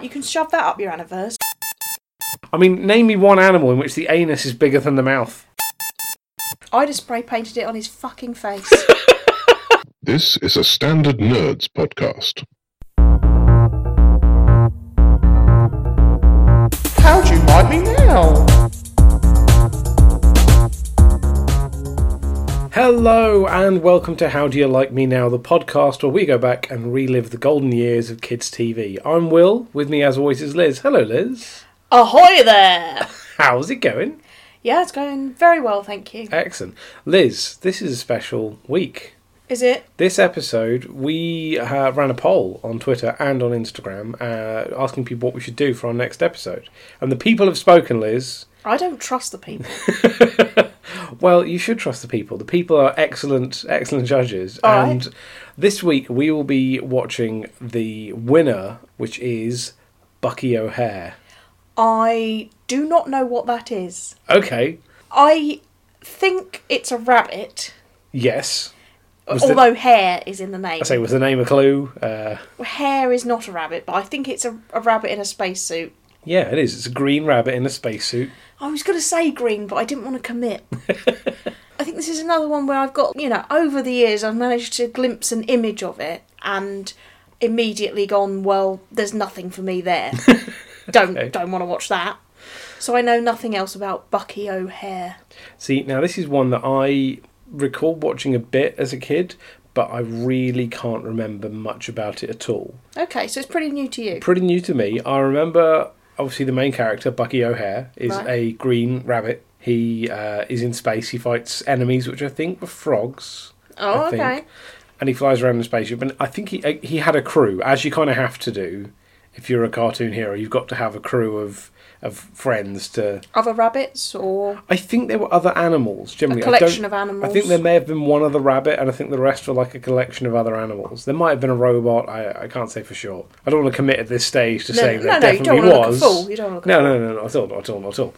You can shove that up your anniversary. I mean, name me one animal in which the anus is bigger than the mouth. I'd have spray painted it on his fucking face. This is a Standard Nerds podcast. How'd you like me now? Hello, and welcome to How Do You Like Me Now, the podcast where we go back and relive the golden years of kids' TV. I'm Will. With me, as always, is Liz. Hello, Liz. Ahoy there! How's it going? Yeah, it's going very well, thank you. Excellent. Liz, this is a special week. Is it? This episode, we uh, ran a poll on Twitter and on Instagram uh, asking people what we should do for our next episode. And the people have spoken, Liz. I don't trust the people. Well, you should trust the people. The people are excellent, excellent judges. All right. and this week we will be watching the winner, which is Bucky O'Hare. I do not know what that is. Okay. I think it's a rabbit, Yes. Was the- although hair is in the name. I say, was the name a clue? Uh, Hair is not a rabbit, but I think it's a, a rabbit in a spacesuit. yeah, it is. It's a green rabbit in a spacesuit. I was going to say green, but I didn't want to commit. I think this is another one where I've got, you know, over the years I've managed to glimpse an image of it and immediately gone, well, there's nothing for me there. don't Okay. don't want to watch that. So I know nothing else about Bucky O'Hare. See, now this is one that I recall watching a bit as a kid, but I really can't remember much about it at all. Okay, so it's pretty new to you. Pretty new to me. I remember, obviously, the main character, Bucky O'Hare, is Right. a green rabbit. He uh, is in space. He fights enemies, which I think were frogs. Oh, I think. okay. And he flies around in a spaceship. And I think he uh, he had a crew, as you kind of have to do if you're a cartoon hero. You've got to have a crew of of friends to Other rabbits or I think there were other animals. Generally, collection I of don't- animals. I think there may have been one other rabbit, and I think the rest were like a collection of other animals. There might have been a robot. I, I can't say for sure. I don't want to commit at this stage to No, saying no, that no, you definitely don't wanna look a was. fool. You don't wanna look a no, no, no, no, at all, not at all, not at all.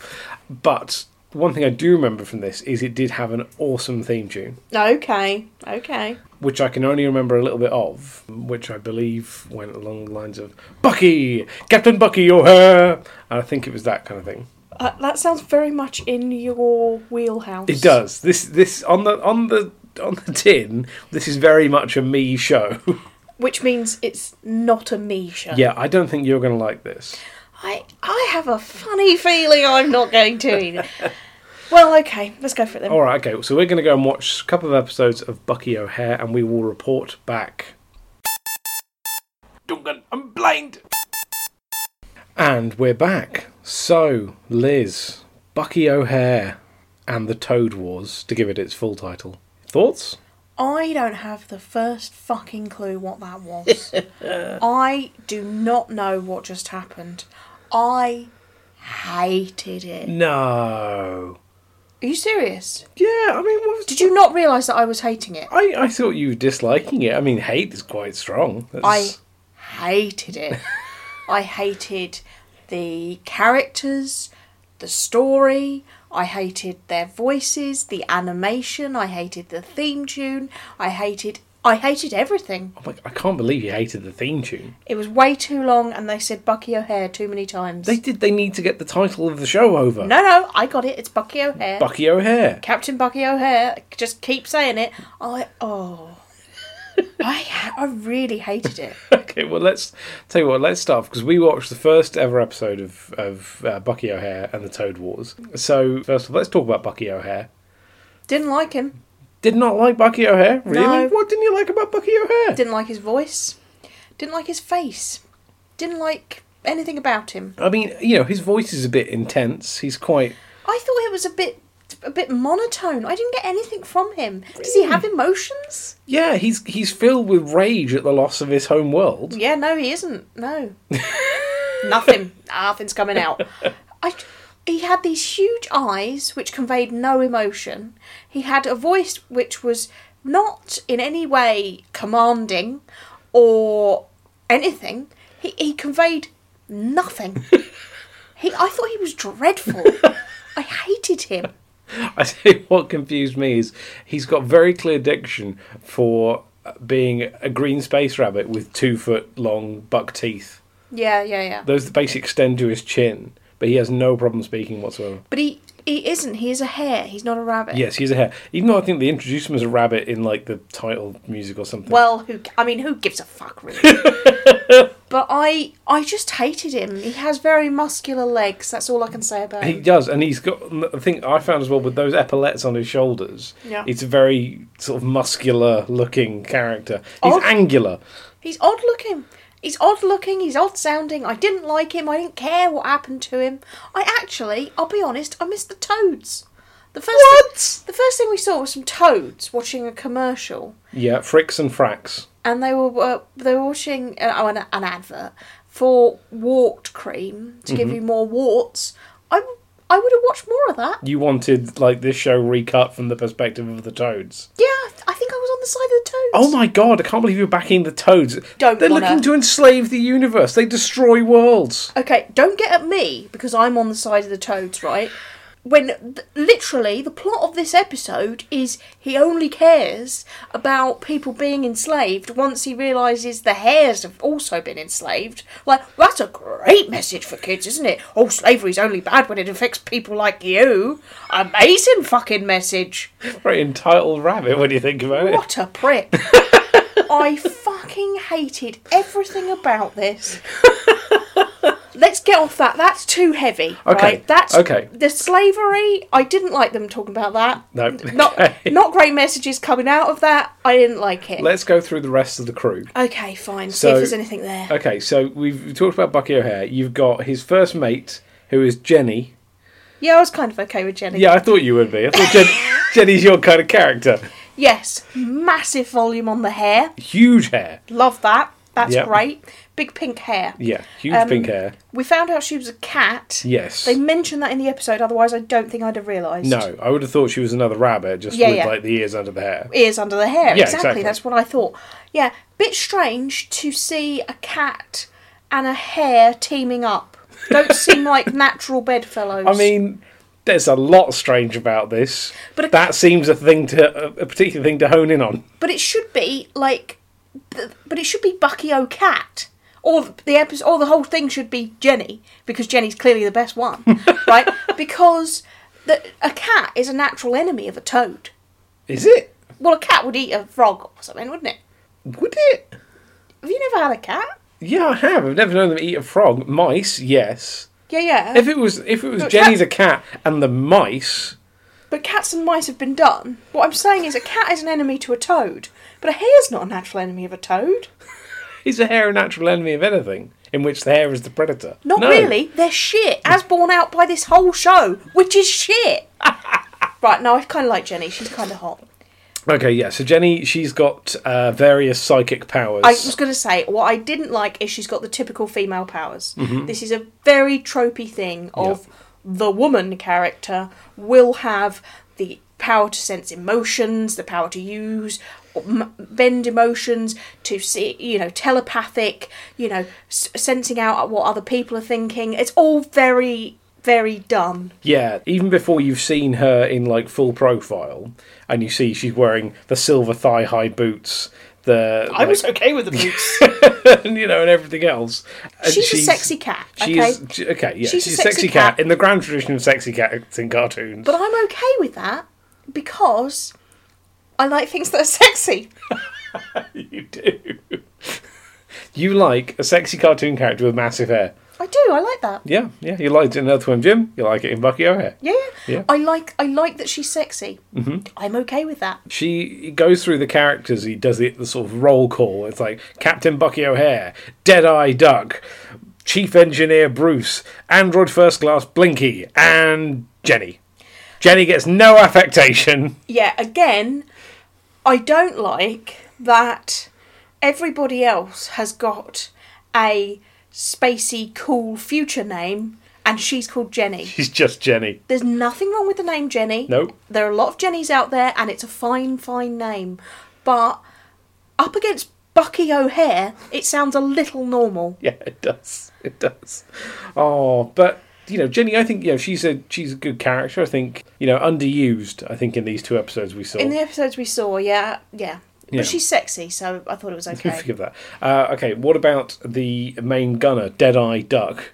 But one thing I do remember from this is it did have an awesome theme tune, Okay, okay. which I can only remember a little bit of, which I believe went along the lines of Bucky, Captain Bucky O'Hare, and I think it was that kind of thing. Uh, that sounds very much in your wheelhouse. It does. This this on the on the on the tin. This is very much a me show. Which means it's not a me show. yeah, I don't think you're going to like this. I I have a funny feeling I'm not going to either. well, okay, let's go for it then. All right, okay. So we're going to go and watch a couple of episodes of Bucky O'Hare, and we will report back. Duncan, I'm blind. And we're back. So, Liz, Bucky O'Hare, and the Toad Wars, to give it its full title. Thoughts? I don't have the first fucking clue what that was. I do not know what just happened. I hated it. No. Are you serious? Yeah, I mean, what was Did you not realise that I was hating it? I, I thought you were disliking it. I mean, hate is quite strong. I That's- hated it. I hated the characters, the story. I hated their voices, the animation. I hated the theme tune. I hated. I hated everything. I'm like, I can't believe you hated the theme tune. It was way too long, and they said Bucky O'Hare too many times. They did. They need to get the title of the show over. No, no, I got it. It's Bucky O'Hare. Bucky O'Hare. Captain Bucky O'Hare. Just keep saying it. I oh, I ha- I really hated it. Okay, well let's tell you what. Let's start because we watched the first ever episode of of uh, Bucky O'Hare and the Toad Wars. So first of all, let's talk about Bucky O'Hare. Didn't like him. Did not like Bucky O'Hare. Really? No. What didn't you like about Bucky O'Hare? Didn't like his voice. Didn't like his face. Didn't like anything about him. I mean, you know, his voice is a bit intense. He's quite. I thought it was a bit a bit monotone. I didn't get anything from him. Does he have emotions? Yeah, he's he's filled with rage at the loss of his home world. Yeah, no, he isn't. No. Nothing. Nothing's coming out. I he had these huge eyes which conveyed no emotion. He had a voice which was not in any way commanding or anything. He he conveyed nothing. he I thought he was dreadful. I hated him. I say what confused me is he's got very clear diction for being a green space rabbit with two foot long buck teeth. Yeah, yeah, yeah. Those that basically extend to his chin, but he has no problem speaking whatsoever. But he he isn't. He is a hare. He's not a rabbit. Yes, he's a hare. Even though I think they introduced him as a rabbit in like the title music or something. Well, who? I mean, who gives a fuck, really? but I I just hated him. He has very muscular legs. That's all I can say about He him. does, and he's got. I think I found as well with those epaulets on his shoulders. Yeah. it's a very sort of muscular-looking character. He's Odd. angular. He's odd looking. He's odd looking. He's odd sounding. I didn't like him. I didn't care what happened to him. I actually, I'll be honest, I missed the toads. The first what? the first thing we saw was some toads watching a commercial. Yeah, fricks and fracks. and they were uh, they were watching uh, oh, an, an advert for wart cream to give you more warts. I I would have watched more of that. You wanted like this show recut from the perspective of the toads. Yeah, I th- I think I was on the side of the toads. Oh my god! I can't believe you're backing the toads. Don't They're wanna- looking to enslave the universe. They destroy worlds. Okay, don't get at me because I'm on the side of the toads, right? When th- literally the plot of this episode is he only cares about people being enslaved once he realizes the hares have also been enslaved. Like that's a great message for kids, isn't it? Oh, slavery's only bad when it affects people like you. Amazing fucking message. Very entitled rabbit. When you think about it. What a prick. I fucking hated everything about this. Let's get off that. That's too heavy. Okay, Right? That's okay. The slavery. I didn't like them talking about that. No, Not okay. not great messages coming out of that. I didn't like it. Let's go through the rest of the crew. okay, fine. See So- uh, if there's anything there. Okay, so we've we've talked about Bucky O'Hare. You've got his first mate, who is Jenny. Yeah, I was kind of okay with Jenny. Yeah, I thought you would be. I thought Jen, Jenny's your kind of character. Yes. Massive volume on the hair. Huge hair. Love that. That's Yep. great. Big pink hair. Yeah, huge Um, pink hair. We found out she was a cat. Yes. They mentioned that in the episode, otherwise I don't think I'd have realised. no, I would have thought she was another rabbit, just Yeah, with yeah. like the ears under the hair. ears under the hair. Yeah, exactly. exactly. That's what I thought. Yeah, bit strange to see a cat and a hare teaming up. Don't seem like natural bedfellows. I mean, there's a lot strange about this. But a- that seems a thing to a particular thing to hone in on. but it should be like, b- but it should be Bucky O Cat. Or the episode, or the whole thing should be Jenny because Jenny's clearly the best one, right? Because the, a cat is a natural enemy of a toad. Is it? Well, a cat would eat a frog or something, wouldn't it? Would it? Have you never had a cat? Yeah, I have. I've never known them eat a frog. Mice, yes. Yeah, yeah. If it was if it was But Jenny's a cat and the mice, But cats and mice have been done. What I'm saying is a cat is an enemy to a toad, but a hare's not a natural enemy of a toad. Is the hare a natural enemy of anything? In which the hare is the predator? Not No. really. They're shit, as borne out by this whole show, which is shit. right, now I kind of like Jenny. She's kind of hot. Okay, yeah. So Jenny, she's got uh, various psychic powers. I was going to say, what I didn't like is she's got the typical female powers. Mm-hmm. This is a very tropey thing of the woman character will have the power to sense emotions, the power to use, m- bend emotions, to see, you know, telepathic, you know, s- sensing out what other people are thinking. It's all very, very dumb. Yeah, even before you've seen her in like full profile, and you see she's wearing the silver thigh-high boots, the I was okay with the boots. and, you know, and everything else. And She's a sexy cat, She okay? is she- okay. Yeah, She's she's, a a sexy sexy cat. cat. in the grand tradition of sexy cats in cartoons. but I'm okay with that because I like things that are sexy. you do. you like a sexy cartoon character with massive hair. I do, I like that. Yeah, yeah. You liked it in Earthworm Jim. You like it in Bucky O'Hare. Yeah, Yeah. I like I like that she's sexy. Mm-hmm. I'm okay with that. She goes through the characters. He does the, the sort of roll call. It's like Captain Bucky O'Hare, Deadeye Duck, Chief Engineer Bruce, Android First Class Blinky, and Jenny. Jenny gets no affectation. Yeah, again, I don't like that everybody else has got a spacey cool future name and she's called Jenny. She's just Jenny. There's nothing wrong with the name Jenny. Nope. There are a lot of Jennies out there and it's a fine fine name. But up against Bucky O'Hare, it sounds a little normal. Yeah, it does. It does. Oh, but you know, Jenny. I think you know she's a she's a good character. I think you know underused. I think in these two episodes we saw. In the episodes we saw, yeah, yeah. Yeah. But she's sexy, so I thought it was okay. Forgive that. Uh, okay, what about the main gunner, Deadeye Duck?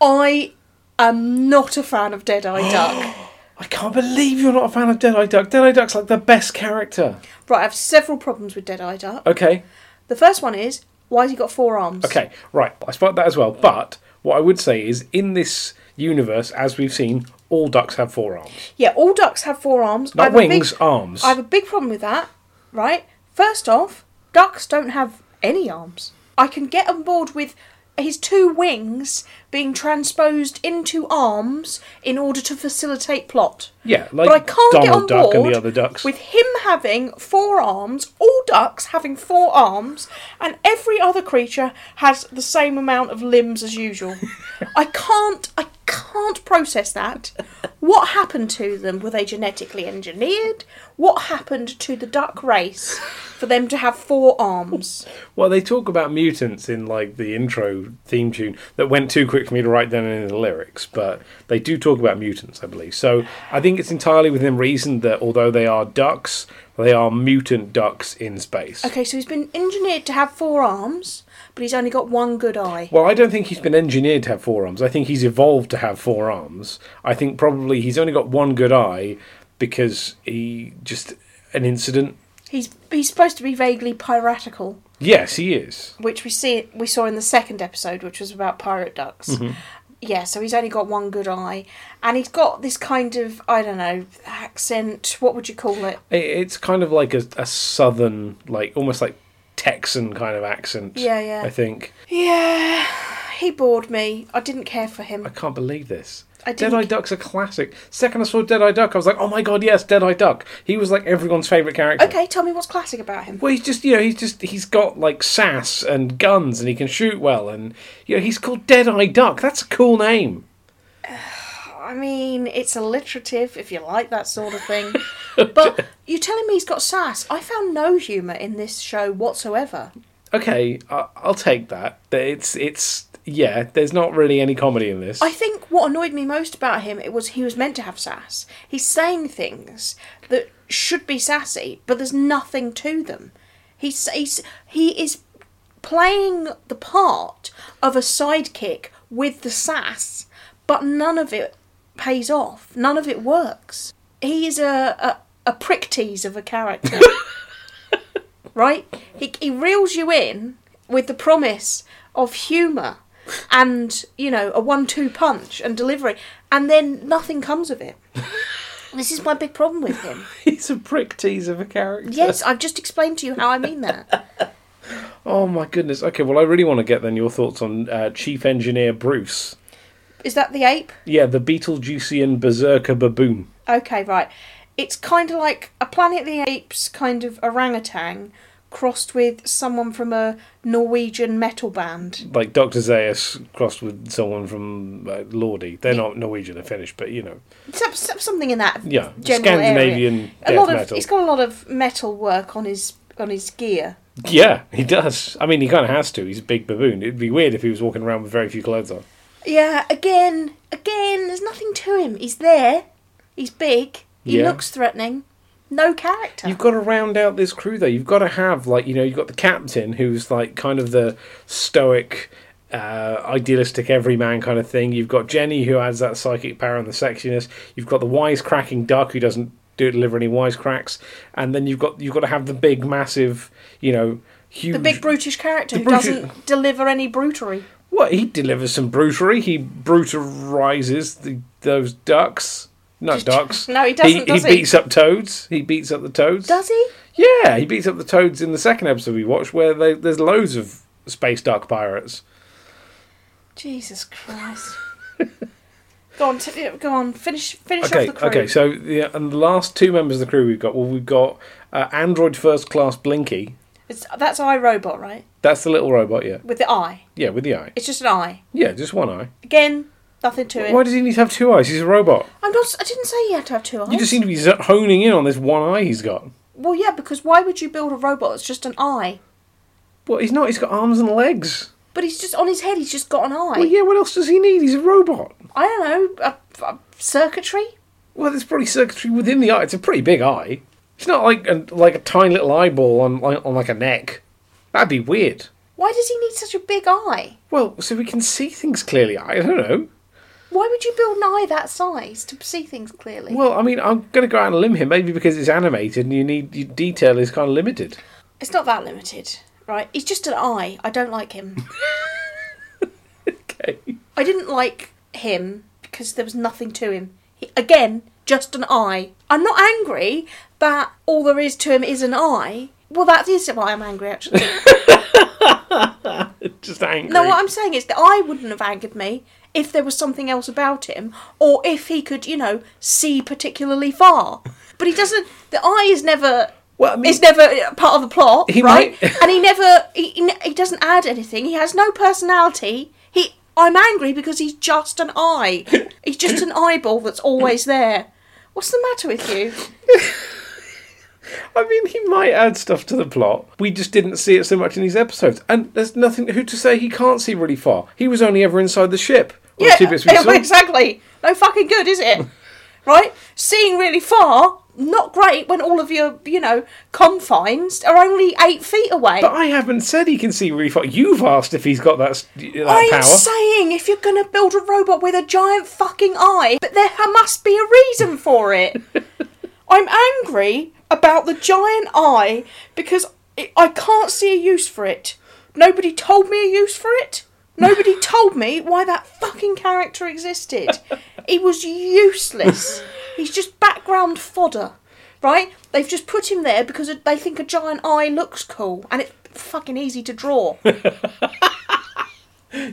I am not a fan of Deadeye Duck. I can't believe you're not a fan of Deadeye Duck. Deadeye Duck's like the best character. Right, I have several problems with Deadeye Duck. Okay, The first one is why's he got four arms? okay, right. I spotted that as well. But what I would say is, in this universe, as we've seen, all ducks have forearms. Yeah, all ducks have four arms. I Not have a big- wings, arms. I have a big problem with that, right? First off, ducks don't have any arms. I can get on board with his two wings being transposed into arms in order to facilitate plot. Yeah, like But I can't get on Donald Duck board and the other ducks. with him having four arms, all ducks having four arms, and every other creature has the same amount of limbs as usual. I can't I can't process that. What happened to them? Were they genetically engineered? What happened to the duck race for them to have four arms? Well, they talk about mutants in like the intro theme tune that went too quick for me to write down in the lyrics, but they do talk about mutants, I believe. So I think it's entirely within reason that although they are ducks, they are mutant ducks in space. Okay, so he's been engineered to have four arms, but he's only got one good eye. Well, I don't think he's been engineered to have four arms. I think he's evolved to have four arms. I think probably he's only got one good eye because he just an incident. He's he's supposed to be vaguely piratical. Yes, he is. which we see we saw in the second episode, which was about pirate ducks. Yeah, so he's only got one good eye, and he's got this kind of I don't know accent. What would you call it? I- It's kind of like a, a southern, like almost like Texan kind of accent. Yeah, yeah. I think. Yeah, he bored me. I didn't care for I him. can't believe this. I didn't- Deadeye Duck's a classic. Second I saw Deadeye Duck, I was like, oh my god, yes, Deadeye Duck. He was like everyone's favourite character. Okay, tell me what's classic about him. Well, he's just, you know, he's just, he's got like sass and guns and he can shoot well and, you know, he's called Deadeye Duck. That's a cool name. I mean, it's alliterative if you like that sort of thing. but you're telling me he's got sass. I found no humour in this show whatsoever. Okay, I- I'll take that. That It's, it's, yeah, there's not really any comedy in this. I think what annoyed me most about him it was he was meant to have sass. He's saying things that should be sassy, but there's nothing to them. He's, he's he is playing the part of a sidekick with the sass, but none of it pays off. None of it works. He is a a, a prick tease of a character right? He, he reels you in with the promise of humour and, you know, a one two punch and delivery, and then nothing comes of it. this is my big problem with him. he's a prick tease of a character. Yes, I've just explained to you how I mean that. Oh my goodness. Okay, well, I really want to get then your thoughts on uh, Chief Engineer Bruce. Is that the ape? Yeah, the Beetlejuicean Berserker Baboon. Okay, right. It's kind of like a Planet of the Apes kind of orangutan crossed with someone from a Norwegian metal band. like Doctor Zayas crossed with someone from uh, Lordy. They're not Norwegian; they're Finnish, but you know, Some- some- Something in that Yeah, general Scandinavian area. death a lot of metal. he's got a lot of metal work on his on his gear. yeah, he does. I mean, he kind of has to. He's a big baboon. It'd be weird if he was walking around with very few clothes on. Yeah, again, again, there's nothing to him. He's there. He's big. He Yeah. looks threatening. No character. You've got to round out this crew, though. You've got to have like you know, you've got the captain who's like kind of the stoic. Uh, idealistic everyman kind of thing. You've got Jenny who adds that psychic power and the sexiness. You've got the wisecracking duck who doesn't do deliver any wisecracks, and then you've got you've got to have the big, massive, you know, huge the big brutish character The who brutish- doesn't deliver any brutery. What he delivers some brutery. He brutalizes the, those ducks. No ducks. No, he doesn't, He, does he? beats up toads. He beats up the toads. Does he? Yeah, he beats up the toads in the second episode we watched, where they, there's loads of space duck pirates. Jesus Christ. go on, t- go on. Finish, finish Okay, off the crew. okay. So yeah, and the last two members of the crew we've got. Well, we've got uh, Android First Class Blinky. it's, that's iRobot, right? That's the little robot. Yeah, With the eye. yeah, with the eye. It's just an eye. Yeah, just one eye. Again, nothing to it. Why does he need to have two eyes? He's a robot. I'm not. I didn't say he had to have two eyes. You just seem to be honing in on this one eye he's got. Well, yeah, because why would you build a robot that's just an eye? Well, he's not. He's got arms and legs. But he's just on his head. He's just got an eye. Well, yeah, what else does he need? He's a robot. I don't know, a, a circuitry? Well, there's probably circuitry within the eye. It's a pretty big eye. It's not like a, like a tiny little eyeball on like, on like a neck. That'd be weird. Why does he need such a big eye? Well, so we can see things clearly. I don't know. Why would you build an eye that size to see things clearly? Well, I mean, I'm going to go out on a limb here, maybe because it's animated and you need your detail is kind of limited. It's not that limited, right? He's just an eye. I don't like him. Okay. I didn't like him because there was nothing to him. He, again, just an eye. I'm not angry that all there is to him is an eye. Well, that is why I'm angry, actually. Just angry. No, what I'm saying is that I wouldn't have angered me if there was something else about him, or if he could, you know, see particularly far. But he doesn't. The eye is never. Well, I mean- is never part of the plot, He right? might- and he never. He, he ne- he doesn't add anything. He has no personality. He. I'm angry because he's just an eye. he's just an eyeball that's always there. What's the matter with you? I mean, he might add stuff to the plot. We just didn't see it so much in these episodes. And there's nothing who to say he can't see really far. He was only ever inside the ship. Or the two bits we yeah, saw. exactly. No fucking good, is it? right? Seeing really far, not great when all of your, you know, confines are only eight feet away. But I haven't said he can see really far. You've asked if he's got that, s- that I'm power. saying if you're gonna build a robot with a giant fucking eye, but there ha- must be a reason for it. I'm angry about the giant eye because it, I can't see a use for it. Nobody told me a use for it. Nobody told me why that fucking character existed. He was useless. He's just background fodder, right? They've just put him there because they think a giant eye looks cool and it's fucking easy to draw.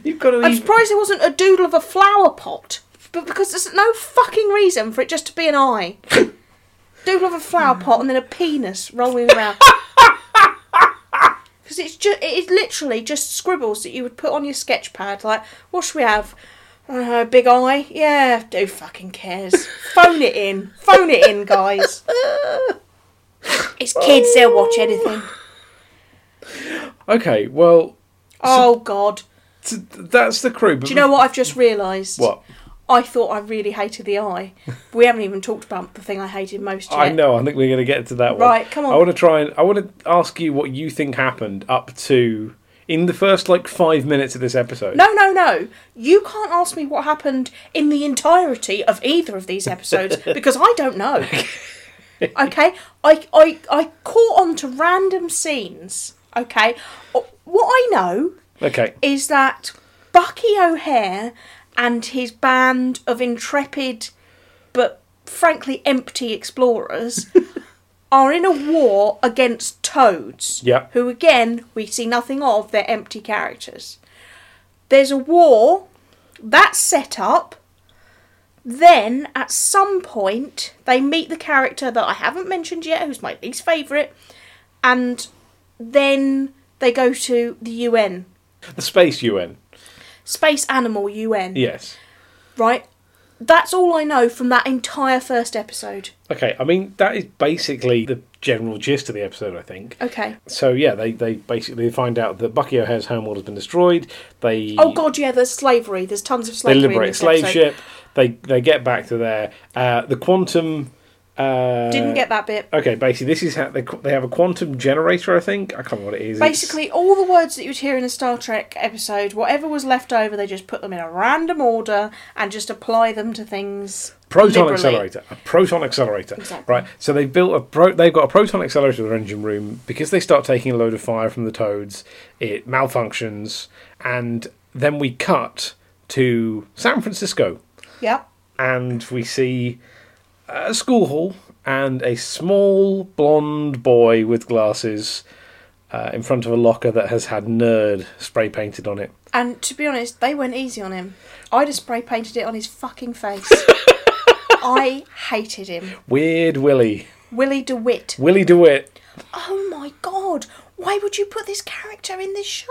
You've got to I'm surprised there wasn't a doodle of a flower pot, but because there's no fucking reason for it just to be an eye. doodle of a flower pot and then a penis rolling around. Because it's just it is literally just scribbles that you would put on your sketch pad. Like, what should we have? Uh, big eye, yeah. Who fucking cares? Phone it in, phone it in, guys. It's kids; they'll watch anything. Okay, well, Oh God! t- that's the crew. But Do you know what I've just realised? What? I thought I really hated the eye. We haven't even talked about the thing I hated most yet. I know. I think we're going to get to that one. Right, come on. I want to try and I want to ask you what you think happened up to in the first like five minutes of this episode. No, no, no. You can't ask me what happened in the entirety of either of these episodes because I don't know. Okay? I, I, I caught on to random scenes. Okay? Uh, What I know Okay. is that Bucky O'Hare and his band of intrepid but frankly empty explorers are in a war against toads, Yep. who again we see nothing of, they're empty characters. There's a war that's set up. Then at some point they meet the character that I haven't mentioned yet, who's my least favourite, and then they go to the UN The space UN. Space Animal UN. Yes. Right? That's all I know from that entire first episode. Okay. I mean, that is basically the general gist of the episode. I think. Okay. So yeah, they, they basically find out that Bucky O'Hare's homeworld has been destroyed. They Oh god, yeah, there's slavery. There's tons of they slavery. in liberate a this slave episode. ship. They they get back to there. Uh, the quantum. Uh, Didn't get that bit. Okay, basically, this is how they they have a quantum generator. I think I can't remember what it is. It's- Basically, all the words that you'd hear in a Star Trek episode, whatever was left over, they just put them in a random order and just apply them to things. proton liberally. accelerator a proton accelerator Exactly. right so they've built a pro- they've got a proton accelerator in their engine room because they start taking a load of fire from the toads it malfunctions and then we cut to san francisco Yep. and we see a school hall and a small blonde boy with glasses uh, in front of a locker that has had nerd spray painted on it And to be honest, they went easy on him. I just spray painted it on his fucking face. I hated him. weird willie Willie DeWitt. willie dewitt Oh my god, why would you put this character in this show?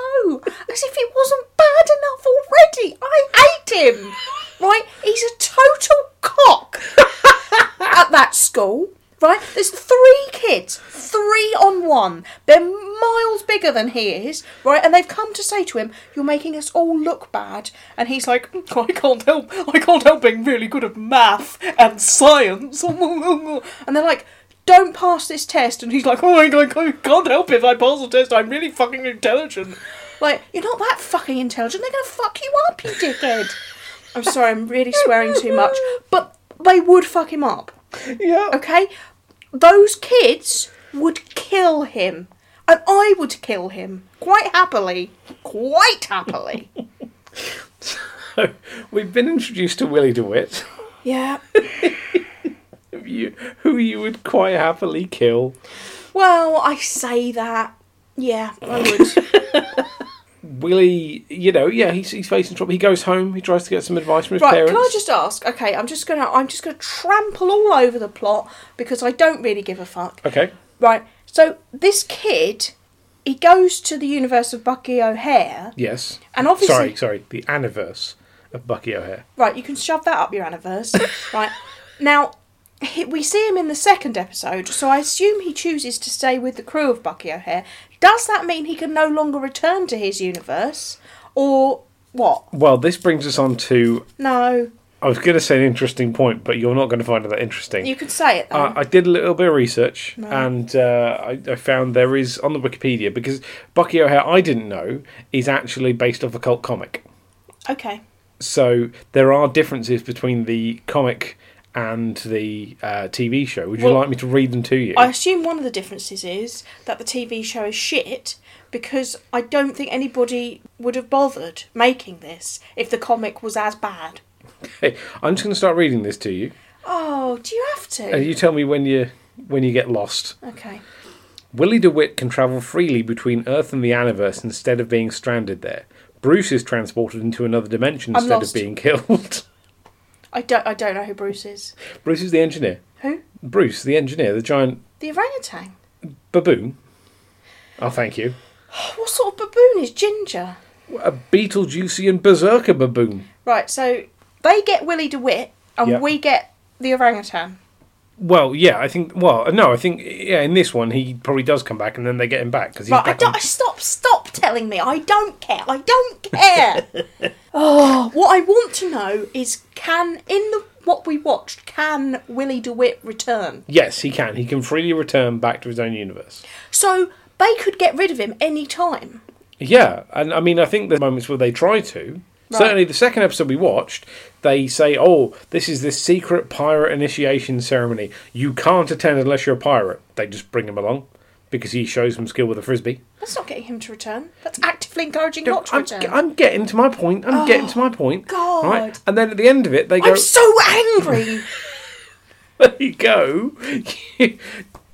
As if it wasn't bad enough already. I hate him. Right? He's a total cock at that school. Right? There's three kids, three on one. They're miles bigger than he is, right? And they've come to say to him, You're making us all look bad. And he's like, "Hmm, I can't help I can't help being really good at math and science. and they're like, don't pass this test. And he's like, oh my god, I can't help it if I pass the test. I'm really fucking intelligent. Like, you're not that fucking intelligent. They're going to fuck you up, you dickhead. I'm sorry, I'm really swearing too much. But they would fuck him up, Yeah. okay? Those kids would kill him. And I would kill him. Quite happily. Quite happily. So we've been introduced to Willie DeWitt, yeah. who you, who you would quite happily kill. Well, I say that. Yeah, I would. Willie, you know, yeah, he's, he's facing trouble. He goes home. He tries to get some advice from his Right, parents. can I just ask? Okay, I'm just gonna I'm just gonna trample all over the plot because I don't really give a fuck. Okay. Right, so this kid, he goes to the universe of Bucky O'Hare, Yes. and obviously, Sorry, sorry. The anniverse of Bucky O'Hare. right, you can shove that up your anniverse. right now, he, we see him in the second episode, so I assume he chooses to stay with the crew of Bucky O'Hare. Does that mean he can no longer return to his universe, or what? Well, this brings us on to. No, I was going to say an interesting point, but you're not going to find it that interesting. you can say it. Though. I I did a little bit of research, and uh, I, I found there is on the Wikipedia because Bucky O'Hare, I didn't know, is actually based off a cult comic. okay. So there are differences between the comic and the uh, TV show. Would you Well, like me to read them to you? I assume one of the differences is that the TV show is shit because I don't think anybody would have bothered making this if the comic was as bad. Hey, I'm just going to start reading this to you, Oh, do you have and to? you tell me when you when you get lost. Okay. Willie DeWitt can travel freely between Earth and the Aniverse instead of being stranded there. Bruce is transported into another dimension I'm instead lost. of being killed. I don't I don't know who Bruce is. Bruce is the engineer. Who? Bruce, the engineer, the giant The orangutan. baboon. Oh, thank you. What sort of baboon is Ginger? A Beetlejuicy and Berserker baboon. Right, so they get Willie DeWitt and Yeah. we get the orangutan. Well, yeah, I think. Well, no, I think. Yeah, in this one, he probably does come back, and then they get him back because he's Right, I back. don't, On, I stop stop telling me. I don't care. I don't care. oh, what I want to know is can in the what we watched can Willie DeWitt return? yes, he can. He can freely return back to his own universe. So they could get rid of him any time. Yeah, and I mean, I think there's moments where they try to. Right. Certainly, the second episode we watched, they say, "Oh, this is this secret pirate initiation ceremony. You can't attend unless you're a pirate." They just bring him along because he shows them skill with a frisbee. That's not getting him to return. That's actively encouraging not to I'm, return. I'm, I'm getting to my point. I'm getting to my point. God. Right? And then at the end of it, they go, so angry. "There you go.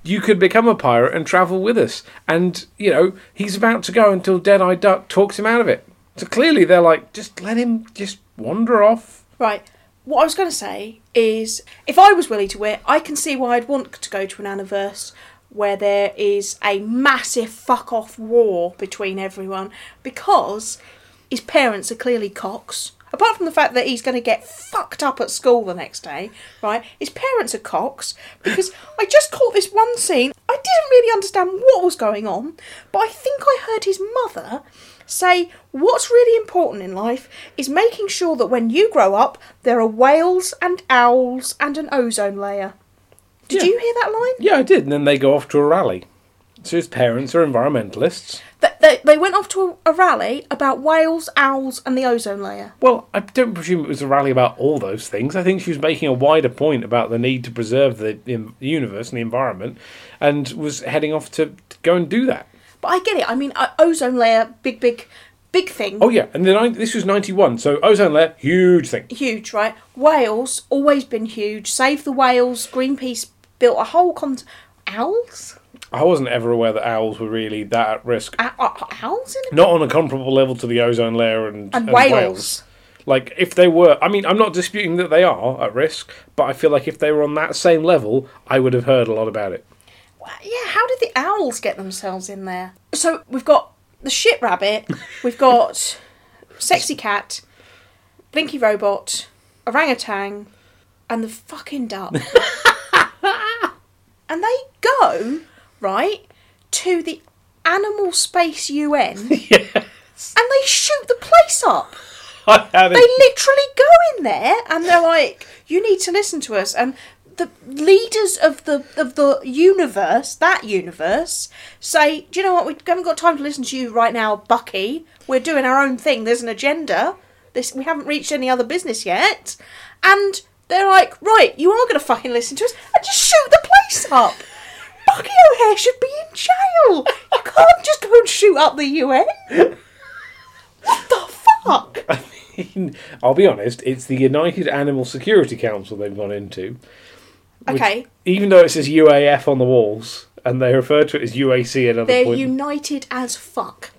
you could become a pirate and travel with us." And you know, he's about to go until Deadeye Duck talks him out of it. So clearly, they're like, "Just let him just wander off." right. What I was going to say is if I was Willie DeWitt, I can see why I'd want to go to an anniverse where there is a massive fuck off war between everyone because his parents are clearly cocks. Apart from the fact that he's going to get fucked up at school the next day, right? His parents are cocks because I just caught this one scene. I didn't really understand what was going on, but I think I heard his mother say, What's really important in life is making sure that when you grow up, there are whales and owls and an ozone layer. Did Yeah. you hear that line? Yeah, I did. And then they go off to a rally. So his parents are environmentalists. That they, they went off to a, a rally about whales, owls, and the ozone layer. Well, I don't presume it was a rally about all those things. I think she was making a wider point about the need to preserve the in- universe and the environment and was heading off to to go and do that. But I get it. I mean, uh, ozone layer, big, big, big thing. Oh, yeah. And then I, this was 91. So ozone layer, huge thing. huge, right? Wales always been huge. Save the whales. Greenpeace built a whole con. Owls? I wasn't ever aware that owls were really that at risk. O- o- owls in Not on a comparable level to the ozone layer Mm. and, And whales. whales. Like, if they were, I mean, I'm not disputing that they are at risk, but I feel like if they were on that same level, I would have heard a lot about it. Wha- Uh, Yeah. How did the owls get themselves in there? So we've got the shit rabbit. We've got sexy cat, blinky robot, orangutan, and the fucking duck. and they go right to the animal space UN. And they shoot the place up. I had they it. literally go in there and they're like, "You need to listen to us." And the leaders of the of the universe, that universe, say, "Do you know what? We haven't got time to listen to you right now, Bucky. We're doing our own thing. There's an agenda. This we haven't reached any other business yet." And they're like, "Right, you are going to fucking listen to us and just shoot the place up." Bucky O'Hare should be in jail. You can't just go and shoot up the UN. What the fuck? I'll be honest, it's the United Animal Security Council they've gone into. which- Okay. Even though it says UAF on the walls, and they refer to it as UAC at other They're point. united as fuck.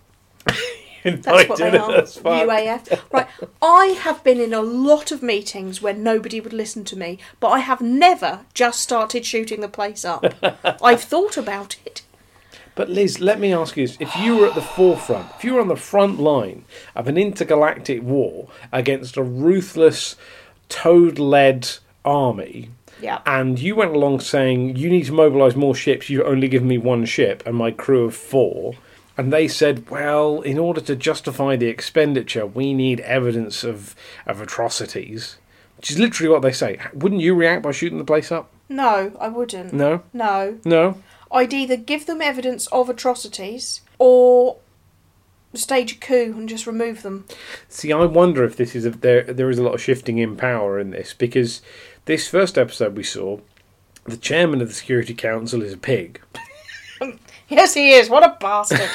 That's United what they are. as fuck. UAF. Right. I have been in a lot of meetings where nobody would listen to me, but I have never just started shooting the place up. I've thought about it. But Liz, let me ask you this: If you were at the forefront, if you were on the front line of an intergalactic war against a ruthless, toad-led army, Yeah. and you went along saying you need to mobilise more ships, you've only given me one ship and my crew of four, and they said, well, in order to justify the expenditure, we need evidence of of atrocities, which is literally what they say. Wouldn't you react by shooting the place up? No, I wouldn't. No, No. no. I'd either give them evidence of atrocities or stage a coup and just remove them. See, I wonder if this is if there there is a lot of shifting in power in this because this first episode we saw, the chairman of the Security Council is a pig, Yes, he is. What a bastard.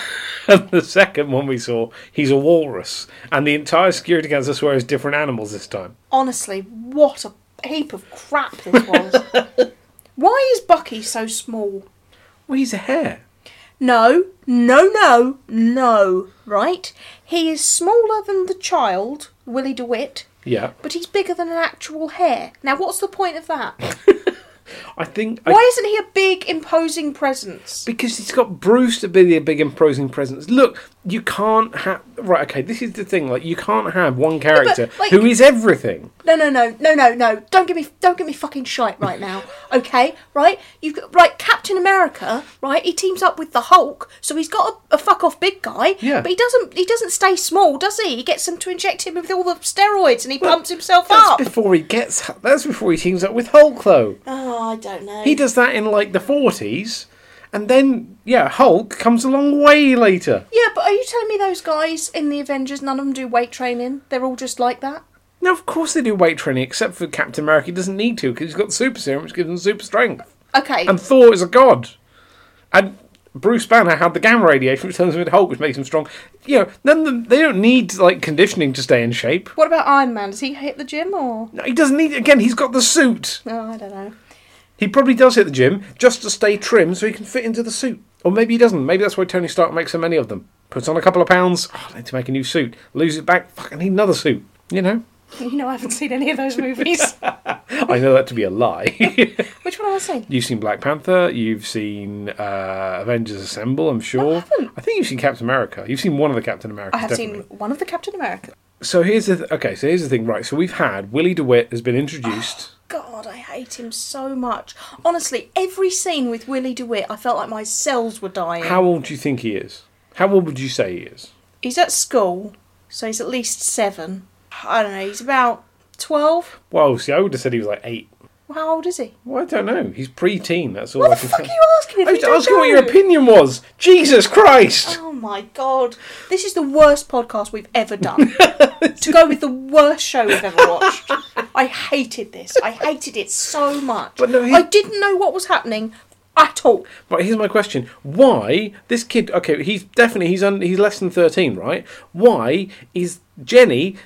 and the second one we saw he's a walrus, and the entire Security Council swear is different animals this time. Honestly, what a heap of crap this was. Why is Bucky so small? Well, he's a hare. No, no, no, no, right? He is smaller than the child, Willie DeWitt, Yeah, but he's bigger than an actual hare. Now, what's the point of that? I think I, Why isn't he a big, imposing presence? because he's got Bruce to be the big imposing presence. Look, you can't have right. Okay, this is the thing. Like, you can't have one character like- who is everything. No, no, no, no, no, no. Don't give me, don't give me fucking shite right now. Okay, right? You've got, right, Captain America, right? He teams up with the Hulk, so he's got a, a fuck off big guy. Yeah. But he doesn't, he doesn't stay small, does he? He gets them to inject him with all the steroids, and he pumps himself That's up. before he gets. That's before he teams up with Hulk, though. oh, I don't know. He does that in like the forties, and then yeah, Hulk comes along way later. Yeah, but are you telling me those guys in the Avengers, none of them do weight training? They're all just like that? Now, of course, they do weight training, except for Captain America. He doesn't need to because he's got super serum, which gives him super strength. Okay. And Thor is a god. And Bruce Banner had the gamma radiation, which turns him into Hulk, which makes him strong. You know, none of them, they don't need like conditioning to stay in shape. what about Iron Man? Does he hit the gym or? No, he doesn't need. Again, he's got the suit. No, I don't know. He probably does hit the gym just to stay trim, so he can fit into the suit. Or maybe he doesn't. Maybe that's why Tony Stark makes so many of them. Puts on a couple of pounds. Oh, I need to make a new suit. Lose it back. Fuck, I need another suit. You know. You know, I haven't seen any of those movies. I know that to be a lie. Which one have I seen? you've seen Black Panther. You've seen uh, Avengers Assemble. I'm sure. I, haven't. I think you've seen Captain America. You've seen one of the Captain Americas. I have definitely. seen one of the Captain America. So here's the th- okay. So here's the thing. Right. So we've had Willie DeWitt has been introduced. God, I hate him so much. Honestly, every scene with Willie DeWitt, I felt like my cells were dying. How old do you think he is? How old would you say he is? He's at school, so he's at least seven. I don't know, he's about 12. Well, see, I would have said he was like eight. How old is he? Well, I don't know. He's pre-teen. That's all What I the can fuck are tell. you asking if I you was don't asking what know? your opinion was. Jesus Christ! Oh my god. This is the worst podcast we've ever done. to go with the worst show we've ever watched. I hated this. I hated it so much. But no, he- I didn't know what was happening at all. But here's my question: Why this kid? Okay, he's definitely he's un, he's less than thirteen, right? Why is Jenny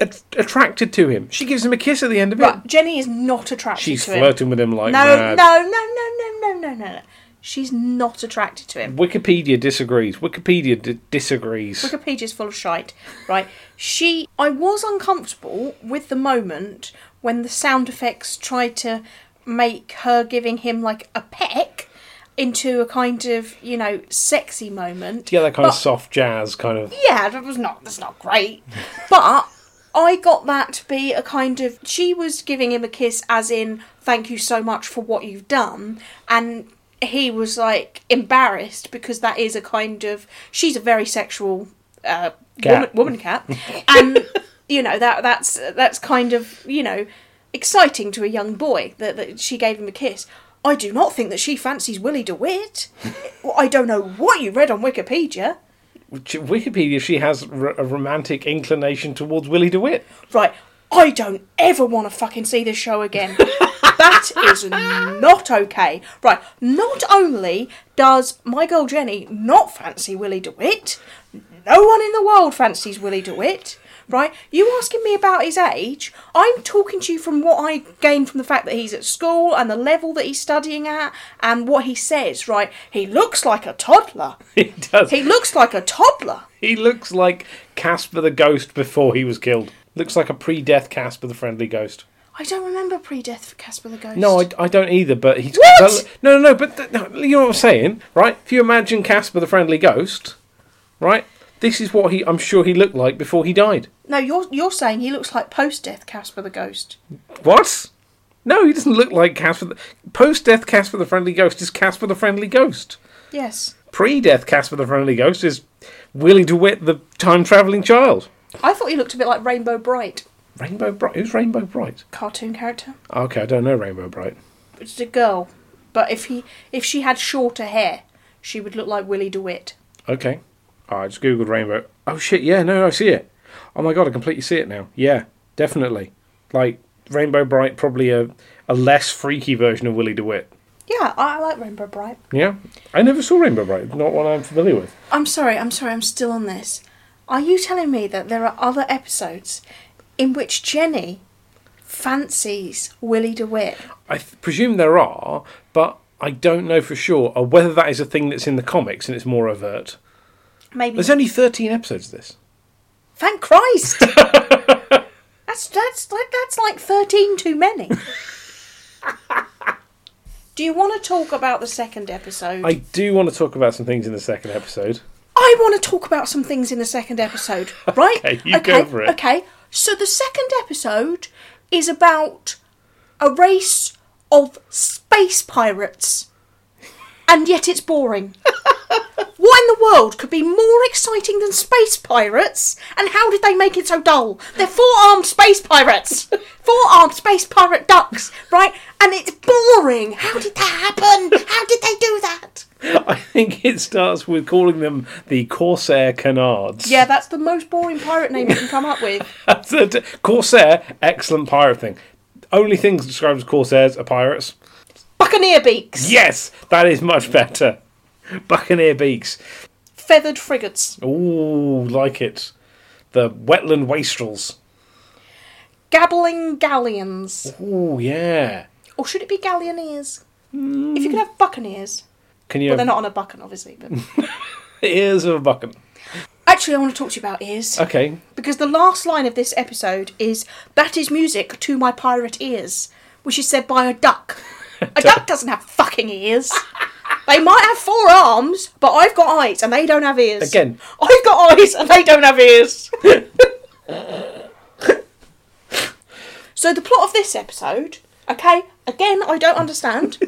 at, attracted to him? She gives him a kiss at the end of Right, it. Jenny is not attracted She's to him. flirting with him like No, mad. no, no, no, no, no, no, no. She's not attracted to him. Wikipedia disagrees. Wikipedia d- disagrees. Wikipedia's full of shite, right? She, I was uncomfortable with the moment when the sound effects tried to make her giving him like a peck into a kind of you know sexy moment. yeah, that kind but, of soft jazz kind of. Yeah, that was not that's not great, but. I got that to be a kind of she was giving him a kiss as in thank you so much for what you've done and he was like embarrassed because that is a kind of she's a very sexual uh, Cat. woman woman cat and you know that that's that's kind of you know exciting to a young boy that, that she gave him a kiss. I do not think that she fancies Willie DeWitt. Well, I don't know what you read on Wikipedia. Which- Wikipedia, she has r- a romantic inclination towards Willie DeWitt. Right, I don't ever want to fucking see this show again. that is not okay. Right, not only does my girl Jenny not fancy Willie DeWitt, no one in the world fancies Willie DeWitt. Right, you asking me about his age? I'm talking to you from what I gain from the fact that he's at school and the level that he's studying at and what he says. Right, he looks like a toddler. He does. He looks like a toddler. He looks like Casper the Ghost before he was killed. Looks like a pre-death Casper the Friendly Ghost. I don't remember pre-death for Casper the Ghost. No, I, I don't either. But he's What? but- no, no, no. But th- no, you know what I'm saying, right? If you imagine Casper the Friendly Ghost, right? This is what he. I'm sure he looked like before he died. No, you're you're saying he looks like post death Casper the Ghost. What? No, he doesn't look like Casper. The, post-death Casper the Friendly Ghost is Casper the Friendly Ghost. Yes. Pre-death Casper the Friendly Ghost is Willie DeWitt, the time traveling child. I thought he looked a bit like Rainbow Bright, Rainbow Bright. Who's Rainbow Bright? cartoon character. Okay, I don't know Rainbow Bright. It's a girl. But if he if she had shorter hair, she would look like Willie DeWitt. Okay. Oh, I just googled rainbow. Oh shit! Yeah, no, I see it. Oh my god, I completely see it now. Yeah, definitely. Like rainbow bright, probably a a less freaky version of Willie DeWitt. Yeah, I I like Rainbow Bright. Yeah, I never saw rainbow bright. Not one I'm familiar with. I'm sorry, I'm sorry, I'm still on this. Are you telling me that there are other episodes in which Jenny fancies Willie DeWitt? I th- presume there are, but I don't know for sure or whether that is a thing that's in the comics and it's more overt. Maybe There's only 13 episodes of this. Thank Christ. that's that's that- that's like thirteen too many. Do you want to talk about the second episode? I do want to talk about some things in the second episode. I want to talk about some things in the second episode, right? Okay, you go for it. Okay, so the second episode is about a race of space pirates, and yet it's boring. what in the world could be more exciting than space pirates? And how did they make it so dull? They're four-armed space pirates, four-armed space pirate ducks, right? And it's boring. How did that happen? How did they do that? I think it starts with calling them the Corsair Canards. Yeah, that's the most boring pirate name you can come up with. That's it. Corsair, excellent pirate thing. Only things described as Corsairs are pirates. Buccaneer beaks, Yes, that is much better. Buccaneer beaks. feathered frigates, Ooh, like it. The wetland wastrels. gabbling galleons. Ooh, yeah. Or should it be galleoneers? If you could have buccaneers. Can you Well, they're have not on a buccan, obviously. But ears of a buccan? Actually, I want to talk to you about ears. Okay. Because the last line of this episode is That is music to my pirate ears, which is said by a duck. A duck doesn't have fucking ears. They might have four arms, but I've got eyes and they don't have ears. Again. I've got eyes and they don't have ears. so, the plot of this episode, okay, again, I don't understand,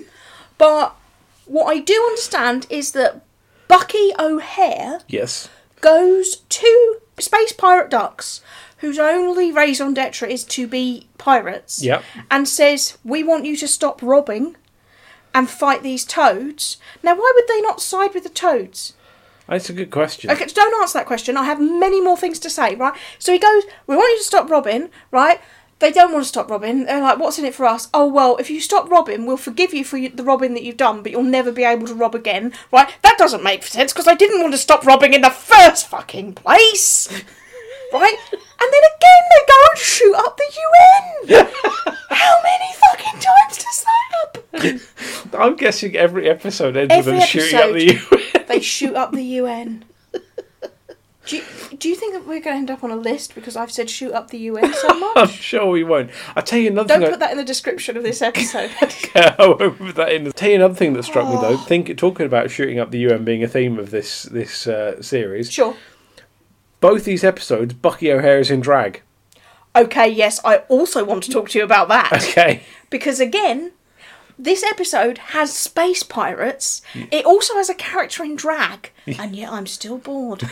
but what I do understand is that Bucky O'Hare Yes. goes to Space Pirate Ducks, whose only raison d'etre is to be pirates, Yep. and says, We want you to stop robbing and fight these toads. Now, why would they not side with the toads? That's a good question. Okay, so don't answer that question. I have many more things to say, right? So he goes, We want you to stop robbing, right? They don't want to stop robbing. They're like, What's in it for us? Oh, well, if you stop robbing, we'll forgive you for you- the robbing that you've done, but you'll never be able to rob again, right? That doesn't make sense because I didn't want to stop robbing in the first fucking place, right? And then again, they go and shoot up the UN. How many fucking times does that happen? I'm guessing every episode ends Every with them shooting up the UN. They shoot up the UN. Do you, do you think that we're going to end up on a list because I've said shoot up the UN so I'm much? sure we won't. I'll tell you another Don't thing. I- put that in the description of this episode. Yeah, I won't put that in. Tell you another thing that struck me though. Think talking about shooting up the UN being a theme of this this uh, series. sure. Both these episodes, Bucky O'Hare is in drag. Okay, yes, I also want to talk to you about that. Okay. Because again, this episode has space Mm. pirates. It also has a character in drag, and yet I'm still bored.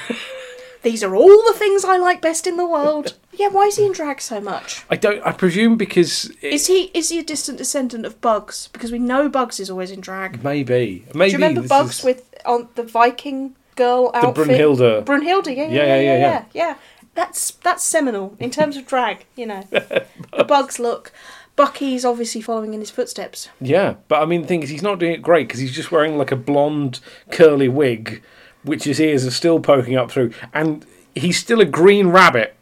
These are all the things I like best in the world. Yeah, why is he in drag so much? I don't. I presume because it Is he is he a distant descendant of Bugs? Because we know Bugs is always in drag. maybe maybe Do you remember this Bugs is- with on the Viking girl outfit? Brunhilde. Brunhilde, yeah, yeah, yeah, yeah, yeah, yeah. That's that's seminal in terms of drag. You know, the Bugs look. Bucky's obviously following in his footsteps. Yeah, but I mean, the thing is, he's not doing it great because he's just wearing like a blonde curly wig, which his ears are still poking up through, and he's still a green rabbit.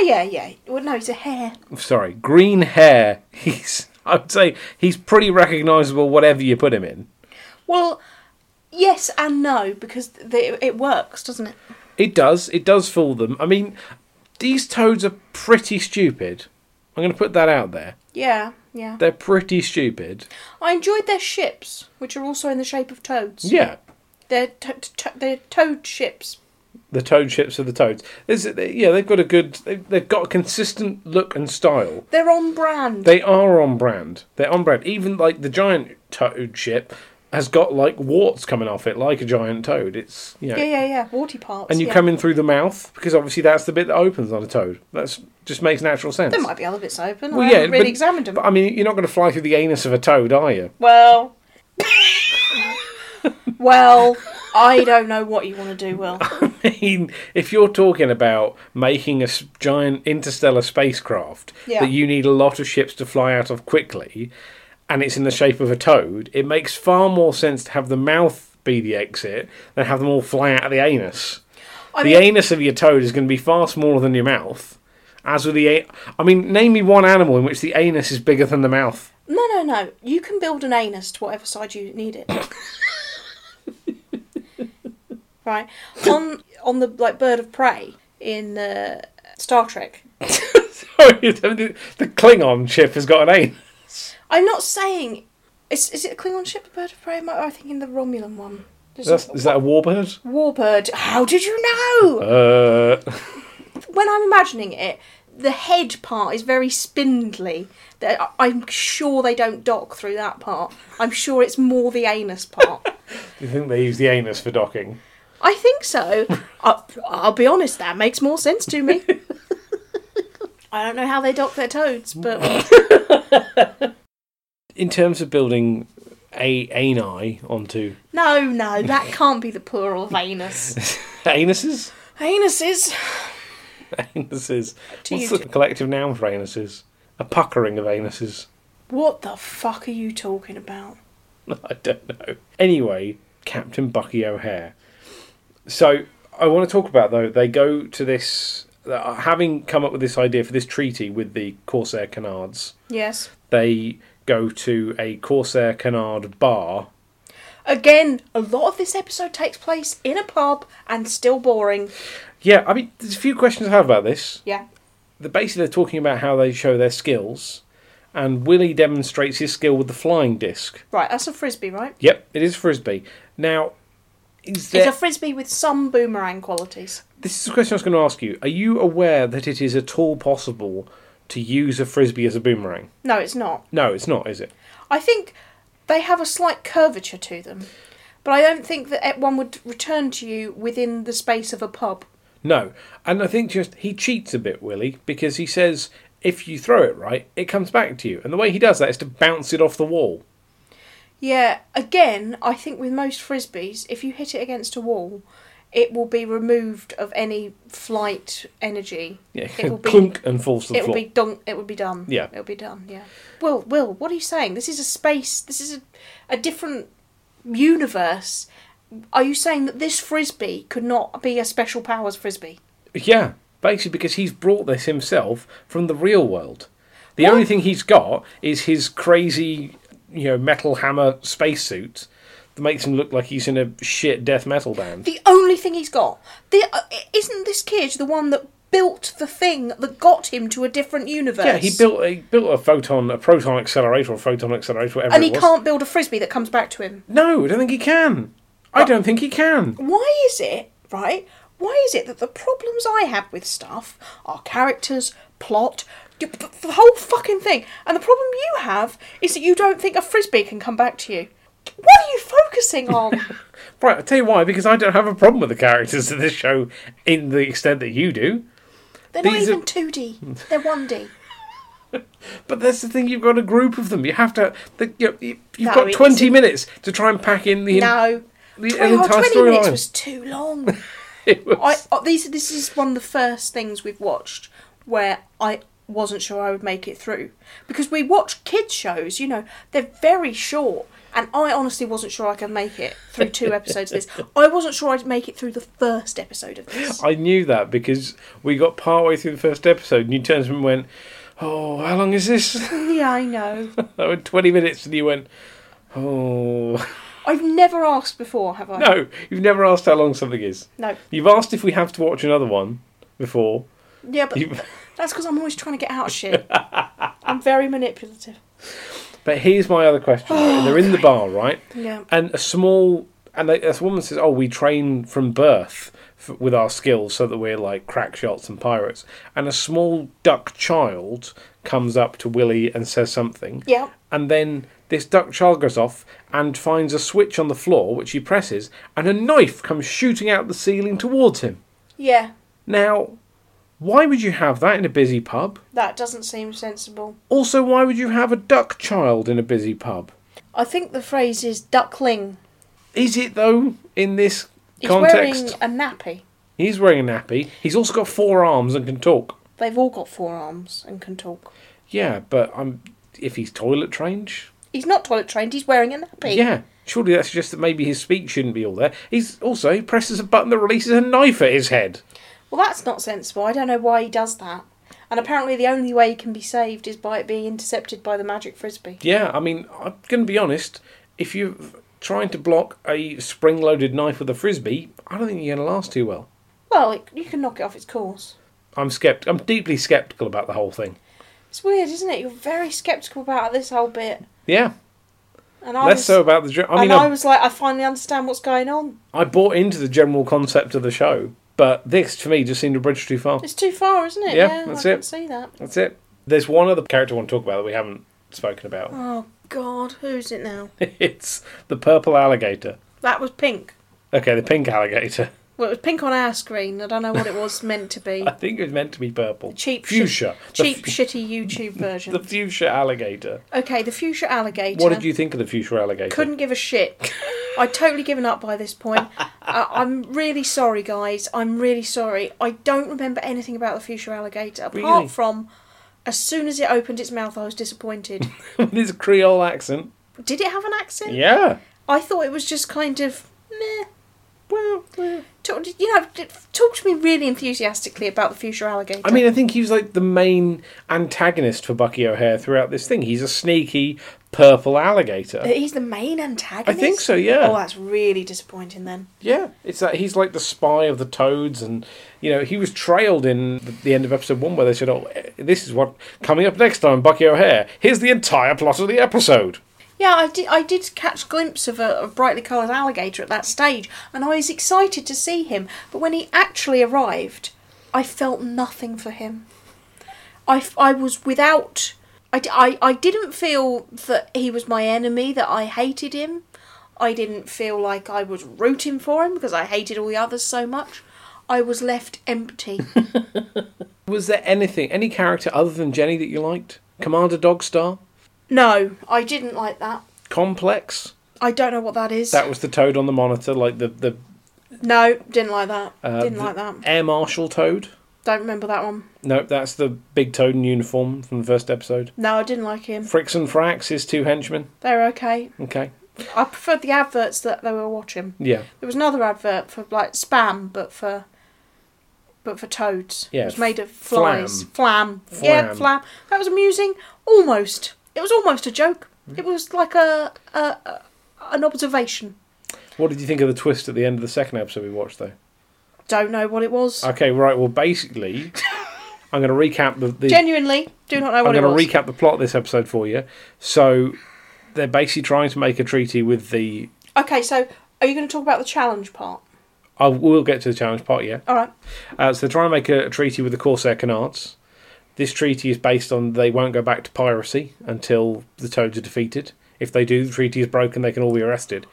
Yeah, yeah, yeah. Well, no, he's a hare. Sorry, green hair. He's. I would say he's pretty recognisable, whatever you put him in. Well, yes and no because the, it works, doesn't it? It does. It does fool them. I mean, these toads are pretty stupid. I'm going to put that out there. Yeah, yeah. They're pretty stupid. I enjoyed their ships, which are also in the shape of toads. Yeah. They're to- to- to- they're toad ships. The toad ships are the toads. There's, yeah, they've got a good. They've, they've got a consistent look and style. They're on brand. They are on brand. They're on brand. Even like the giant toad ship has got like warts coming off it, like a giant toad. It's you know, yeah, yeah, yeah. Warty parts. and you yeah. come in through the mouth because obviously that's the bit that opens on a toad. That's just makes natural sense. There might be other bits open. Well, I yeah, haven't really but- examined them. But I mean, you're not going to fly through the anus of a toad, are you? Well, well, I don't know what you want to do, Will. I mean, if you're talking about making a s- giant interstellar spacecraft Yeah. that you need a lot of ships to fly out of quickly, and it's in the shape of a toad, it makes far more sense to have the mouth be the exit than have them all fly out of the anus. I the mean- anus of your toad is going to be far smaller than your mouth. As with the, a- I mean, name me one animal in which the anus is bigger than the mouth. No, no, no. You can build an anus to whatever side you need it. right on on the like bird of prey in uh, Star Trek. Sorry, the the Klingon ship has got an anus. I'm not saying. Is, is it a Klingon ship, the bird of prey? Am I, am I thinking the Romulan one? There's That's- a Is that a warbird? warbird. How did you know? Uh, when I'm imagining it, the head part is very spindly. That- I- I'm sure they don't dock through that part. I'm sure it's more the anus part. do you think they use the anus for docking? I think so. I, I'll be honest, that makes more sense to me. I don't know how they dock their toads, but in terms of building a ani onto no, no, that can't be the plural of anus. anuses, Anuses. anuses. Do What's you- the collective noun for anuses? A puckering of anuses. What the fuck are you talking about? I don't know. Anyway, Captain Bucky O'Hare. So I want to talk about though. They go to this, uh, having come up with this idea for this treaty with the Corsair Canards. Yes. They go to a Corsair Canard bar. Again, a lot of this episode takes place in a pub and still boring. Yeah, I mean, there's a few questions I have about this. Yeah. the basically they're talking about how they show their skills, and Willie demonstrates his skill with the flying disc. Right, that's a frisbee, right? Yep, it is frisbee. Now, is It's there? a frisbee with some boomerang qualities. this is a question I was going to ask you. Are you aware that it is at all possible to use a frisbee as a boomerang? No, it's not. No, it's not, is it? I think they have a slight curvature to them, but I don't think that it- one would return to you within the space of a pub. No, and I think just he cheats a bit, Willie, because he says if you throw it right, it comes back to you, and the way he does that is to bounce it off the wall. Yeah, again, I think with most frisbees, if you hit it against a wall, it will be removed of any flight energy. Yeah, it will be. clunk and falls to the It will floor. be done. It will be done. Yeah. it will be done. Yeah. Will, Will, what are you saying? This is a space. This is a, a different universe. Are you saying that this frisbee could not be a special powers frisbee? Yeah, basically because he's brought this himself from the real world. The What? only thing he's got is his crazy, you know, metal hammer spacesuit that makes him look like he's in a shit death metal band. The only thing he's got. The, uh, isn't this kid the one that built the thing that got him to a different universe? Yeah, he built he built a photon a proton accelerator or photon accelerator whatever And it he was. can't build a frisbee that comes back to him. No, I don't think he can. I don't think he can. Why is it right? Why is it that the problems I have with stuff are characters, plot, y- th- the whole fucking thing, and the problem you have is that you don't think a frisbee can come back to you? What are you focusing on? Right, I'll tell you why, because I don't have a problem with the characters in this show in the extent that you do. They're These are- not even 2D, they're 1D. But that's the thing, you've got a group of them. You have to. The, you, you- you've No, got it 20 isn't. minutes to try and pack in the, No. the, Twenty- an oh, entire 20 minutes storyline. was too long. It was- I, oh, these, this is one of the first things we've watched where I wasn't sure I would make it through. Because we watch kids' shows, you know, they're very short. And I honestly wasn't sure I could make it through two episodes of this. I wasn't sure I'd make it through the first episode of this. I knew that because we got partway through the first episode and you turned to me and went, Oh, how long is this? Yeah, I know. I went 20 minutes and you went, Oh. I've never asked before, have I? No, you've never asked how long something is. No. You've asked if we have to watch another one before. Yeah, but You've- that's because I'm always trying to get out of shit. I'm very manipulative. But here's my other question. right? They're in the bar, right? Yeah. And a small. And they, this woman says, Oh, we train from birth f with our skills so that we're like crack shots and pirates. And a small duck child comes up to Willie and says something. Yeah. And then this duck child goes off and finds a switch on the floor, which he presses, and a knife comes shooting out the ceiling towards him. Yeah, Now, why would you have that in a busy pub? that doesn't seem sensible. Also, why would you have a duck child in a busy pub? I think the phrase is duckling. Is it though in this He's context? wearing a nappy. He's wearing a nappy. He's also got four arms and can talk. They've all got forearms and can talk. Yeah, but um, if he's toilet trained, He's not toilet trained, he's wearing a nappy. yeah, surely that suggests that maybe his speech shouldn't be all there. He's also he presses a button that releases a knife at his head. Well, that's not sensible. I don't know why he does that. And apparently, the only way he can be saved is by it being intercepted by the magic frisbee. Yeah, I mean, I'm going to be honest. If you're trying to block a spring-loaded knife with a frisbee, I don't think you're going to last too well. Well, it, you can knock it off its course. I'm skept. I'm deeply skeptical about the whole thing. It's weird, isn't it? You're very sceptical about this whole bit. Yeah, And I less was, so about the. gen- I mean, and I I, was like, I finally understand what's going on. I bought into the general concept of the show, but this to me just seemed a bridge too far. It's too far, isn't it? Yeah, that's I it. can see that. That's it. There's one other character I want to talk about that we haven't spoken about. Oh God, who's it now? it's the purple alligator. That was pink. Okay, the pink alligator. Well, it was pink on our screen. I don't know what it was meant to be. I think it was meant to be purple. Cheap, shi- fuchsia. The cheap, f- shitty YouTube version. the fuchsia alligator. Okay, the fuchsia alligator. What did you think of the fuchsia alligator? Couldn't give a shit. I'd totally given up by this point. uh, I'm really sorry, guys. I'm really sorry. I don't remember anything about the fuchsia alligator apart Really? from as soon as it opened its mouth, I was disappointed. With his Creole accent. Did it have an accent? Yeah. I thought it was just kind of meh. Well, well. Talk, you know, talk to me really enthusiastically about the fuchsia alligator. I mean, I think he was like the main antagonist for Bucky O'Hare throughout this thing. He's a sneaky purple alligator. But he's the main antagonist. I think so, yeah. Oh, that's really disappointing then. Yeah, it's that he's like the spy of the toads, and you know he was trailed in the, the end of episode one where they said, "Oh, eh, this is what coming up next time, Bucky O'Hare." Here's the entire plot of the episode. Yeah, I did. I did catch a glimpse of a, a brightly coloured alligator at that stage, and I was excited to see him. But when he actually arrived, I felt nothing for him. I, f- I was without. I, d- I, I didn't feel that he was my enemy, that I hated him. I didn't feel like I was rooting for him because I hated all the others so much. I was left empty. Was there anything, any character other than Jenny that you liked? Commander Dogstar, no, I didn't like that. Complex. I don't know what that is. That was the toad on the monitor, like the the no, didn't like that. uh, didn't the like that. Air Marshal Toad. Don't remember that one. No, that's the big toad in uniform from the first episode. No, I didn't like him. Fricks and Frax, his two henchmen. They were okay. Okay, I preferred the adverts that they were watching. yeah. There was another advert for like spam, but for but for toads. Yeah, It was made of flies. Flam. Yeah, Flam. flam. That was amusing. Almost. It was almost a joke. Hmm. It was like a, a, a an observation. What did you think of the twist at the end of the second episode we watched, though? Don't know what it was. Okay, right. Well, basically, I'm going to recap the. the Genuinely, do not know I'm what going it was. to recap the plot of this episode for you. So, they're basically trying to make a treaty with the. okay, so are you going to talk about the challenge part? I will get to the challenge part, yeah. All right. Uh, so they're trying to make a, treaty with the Corsair Canards. This treaty is based on they won't go back to piracy until the Toads are defeated. If they do, the treaty is broken. They can all be arrested.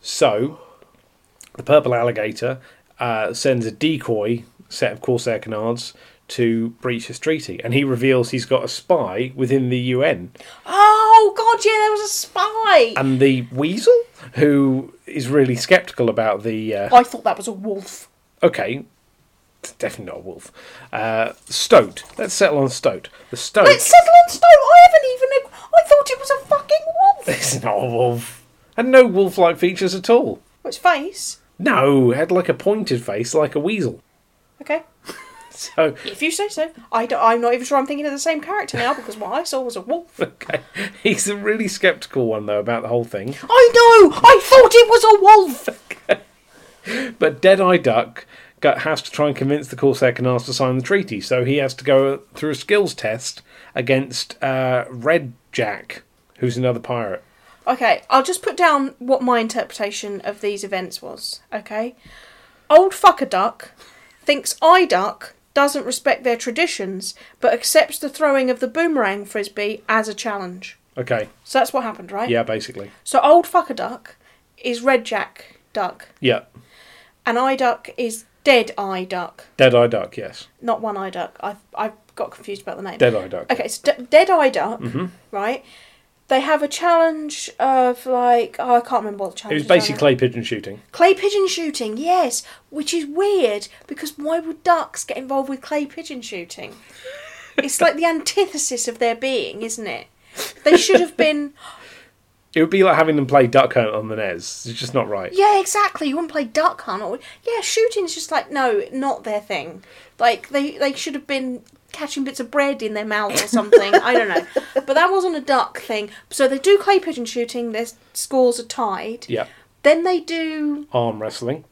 So, the purple alligator uh, sends a decoy set of Corsair canards to breach his treaty, and he reveals he's got a spy within the UN. Oh god, yeah, there was a spy. And the weasel, who is really sceptical about the. Uh, I thought that was a wolf. okay, it's definitely not a wolf. Uh, stoat. Let's settle on stoat. The stoat. Let's settle on Stoke. I haven't even. I thought it was a fucking wolf. It's not a wolf. Had no wolf like features at all. Well, Its face. No, it had like a pointed face like a weasel. Okay. So, If you say so. I am not even sure I'm thinking of the same character now because what I saw was a wolf. okay. He's a really sceptical one, though, about the whole thing. I know! I thought it was a wolf! But Deadeye Duck go- has to try and convince the Corsair Canals to sign the treaty, so he has to go through a skills test against uh, Red Jack, who's another pirate. Okay, I'll just put down what my interpretation of these events was, okay? Old fucker duck thinks I duck doesn't respect their traditions but accepts the throwing of the boomerang frisbee as a challenge. Okay, So that's what happened, right? yeah, basically. So old fucker duck is red jack duck Yeah, and eye duck is dead eye duck, Deadeye Duck, yes. not one eye duck. I I got confused about the name. Deadeye Duck. Mm-hmm. Okay, so D- Dead Eye Duck, right? They have a challenge of like oh, I can't remember what the It challenge was basically clay pigeon shooting. clay pigeon shooting. Yes, which is weird because why would ducks get involved with clay pigeon shooting? it's like the antithesis of their being, isn't it? They should have been. It would be like having them play Duck Hunt on the NES. It's just not right. Yeah, exactly. You wouldn't play duck hunt or yeah, shooting's just like no, not their thing. Like they they should have been catching bits of bread in their mouth or something. I don't know, but that wasn't a duck thing. So they do clay pigeon shooting. Their scores are tied. Yeah. Then they do Arm wrestling,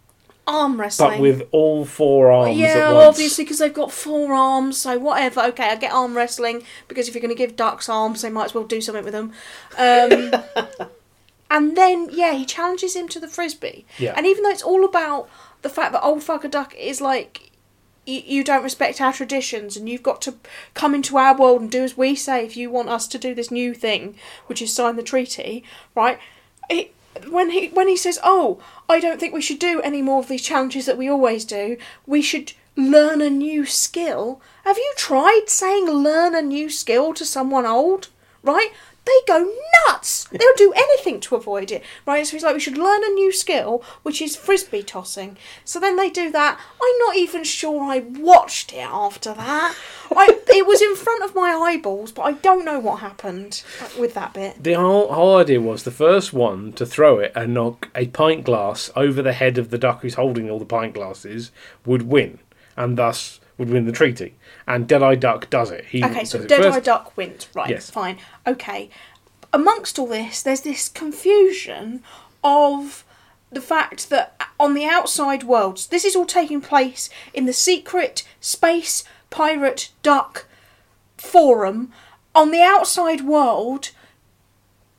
arm but wrestling. with all four arms yeah, at well, once. obviously because they've got four arms, so whatever. Okay, I get arm wrestling because if you're going to give ducks arms, they might as well do something with them. Um, and then yeah, he challenges him to the frisbee. Yeah. And even though it's all about the fact that old fucker duck is like, you, you don't respect our traditions, and you've got to come into our world and do as we say if you want us to do this new thing, which is sign the treaty, right? It, when he when he says, "Oh, I don't think we should do any more of these challenges that we always do. We should learn a new skill." Have you tried saying "learn a new skill" to someone old? Right? They go nuts. They'll do anything to avoid it. Right? So he's like, "We should learn a new skill, which is frisbee tossing." So then they do that. I'm not even sure I watched it after that. I it was in front of my eyeballs, but I don't know what happened with that bit. The whole, whole idea was the first one to throw it and knock a pint glass over the head of the duck who's holding all the pint glasses would win, and thus would win the treaty. And Deadeye Duck does it. He Okay, so does it Dead Eye Um, first. Duck wins. Right, Yes. fine. Okay. Amongst all this, there's this confusion of the fact that uh, on the outside worlds, this is all taking place in the secret space pirate duck forum. On the outside world,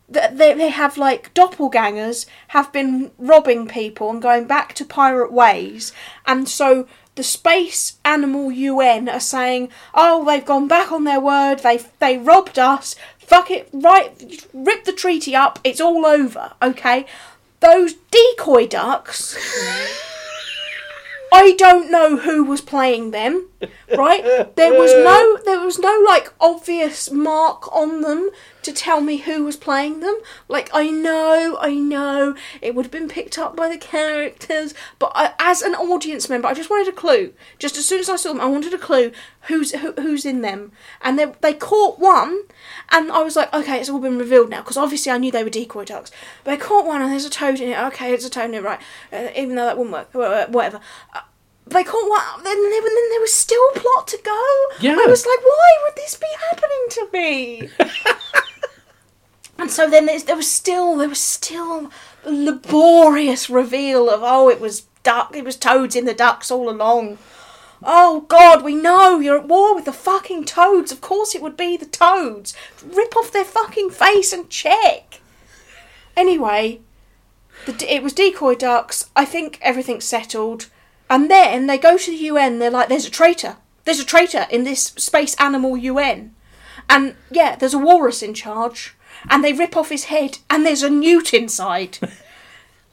that they, they have like doppelgangers have been robbing people and going back to pirate ways and so the space animal un are saying oh they've gone back on their word they they robbed us fuck it right rip the treaty up it's all over okay those decoy ducks I don't know who was playing them, right? There was no there was no like obvious mark on them to tell me who was playing them. Like I know, I know it would have been picked up by the characters, but I, as an audience member, I just wanted a clue. Just as soon as I saw them, I wanted a clue who's who, who's in them. And they they caught one and I was like, okay, it's all been revealed now because obviously I knew they were decoy ducks. But I caught one and there's a toad in it. Okay, it's a toad in it, right? Uh, even though that wouldn't work, wha- wha- whatever. Uh, they caught one. Then there, then there was still plot to go. Yeah. I was like, why would this be happening to me? and so then there's, there was still there was still a laborious reveal of oh, it was duck, it was toads in the ducks all along. Oh God, we know you're at war with the fucking toads. Of course it would be the toads. Rip off their fucking face and check. Anyway, the, d- it was decoy ducks. I think everything's settled. And then they go to the UN. They're like, "There's a traitor. There's a traitor in this space animal UN." And yeah, there's a walrus in charge. And they rip off his head, and there's a newt inside.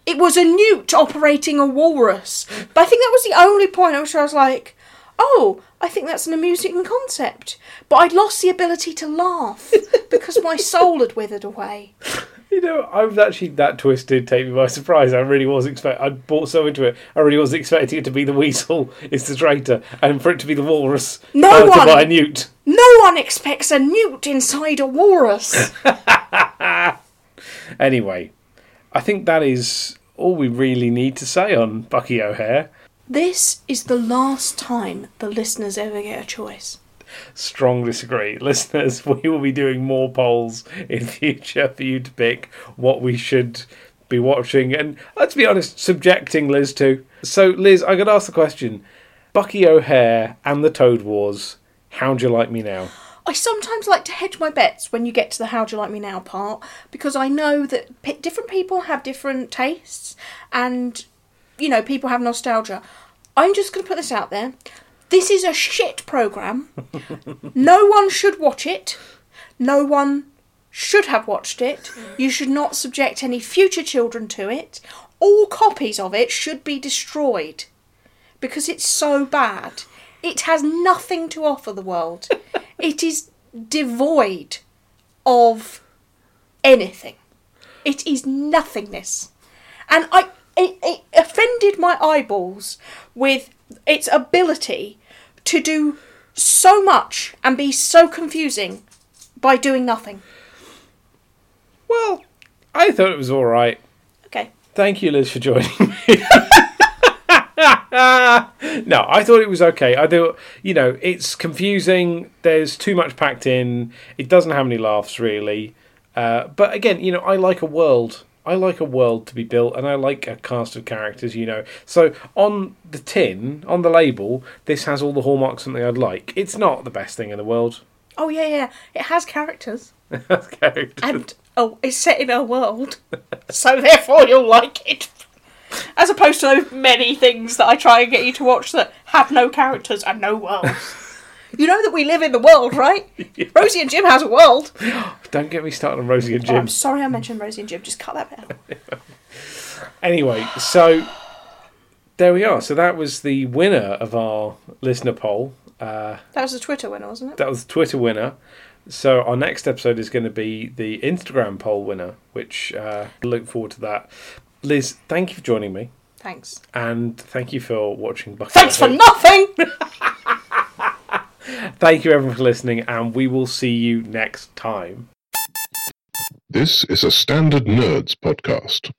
It was a newt operating a walrus. But I think that was the only point at which I was like, oh, I think that's an amusing concept. But I'd lost the ability to laugh because my soul had withered away. You know, I was actually that twist did take me by surprise. I really was expect. I bought so into it. I really was expecting it to be the weasel is the traitor, and for it to be the walrus No uh, to one- buy a newt. No one expects a newt inside a walrus. Anyway, I think that is all we really need to say on Bucky O'Hare. this is the last time the listeners ever get a choice. Strongly disagree, listeners. We will be doing more polls in future for you to pick what we should be watching, and let's be honest, subjecting Liz to. So, Liz, I could ask the question: Bucky O'Hare and the Toad Wars. How'd you like me now? I sometimes like to hedge my bets when you get to the how do you like me now part because I know that p- different people have different tastes and you know people have nostalgia. I'm just going to put this out there. This is a shit program. no one should watch it. No one should have watched it. You should not subject any future children to it. All copies of it should be destroyed because it's so bad. It has nothing to offer the world. it is devoid of anything. It is nothingness. And I it, it offended my eyeballs with its ability to do so much and be so confusing by doing nothing. Well, I thought it was all right. Okay. Thank you, Liz, for joining me. no, I thought it was okay. I thought, you know, it's confusing. There's too much packed in. It doesn't have any laughs, really. Uh, but again, you know, I like a world. I like a world to be built, and I like a cast of characters, you know. So on the tin, on the label, this has all the hallmarks of something I'd like. It's not the best thing in the world. Oh yeah, yeah. It has characters okay. and oh, it's set in a world, so therefore you'll like it. As opposed to those many things that I try and get you to watch that have no characters and no worlds. you know that we live in the world, right? Rosie and Jim has a world. Don't get me started on Rosie and Oh, Jim. I'm sorry I mentioned Rosie and Jim. Just cut that bit out. Anyway, so there we are. So that was the winner of our listener poll. Uh, That was the Twitter winner, wasn't it? that was the Twitter winner. So our next episode is going to be the Instagram poll winner, which uh, look forward to that. Liz, thank you for joining me, Thanks. and thank you for watching. Bucket Thanks for nothing. Thank you everyone for listening, and we will see you next time. This is a Standard Nerds podcast.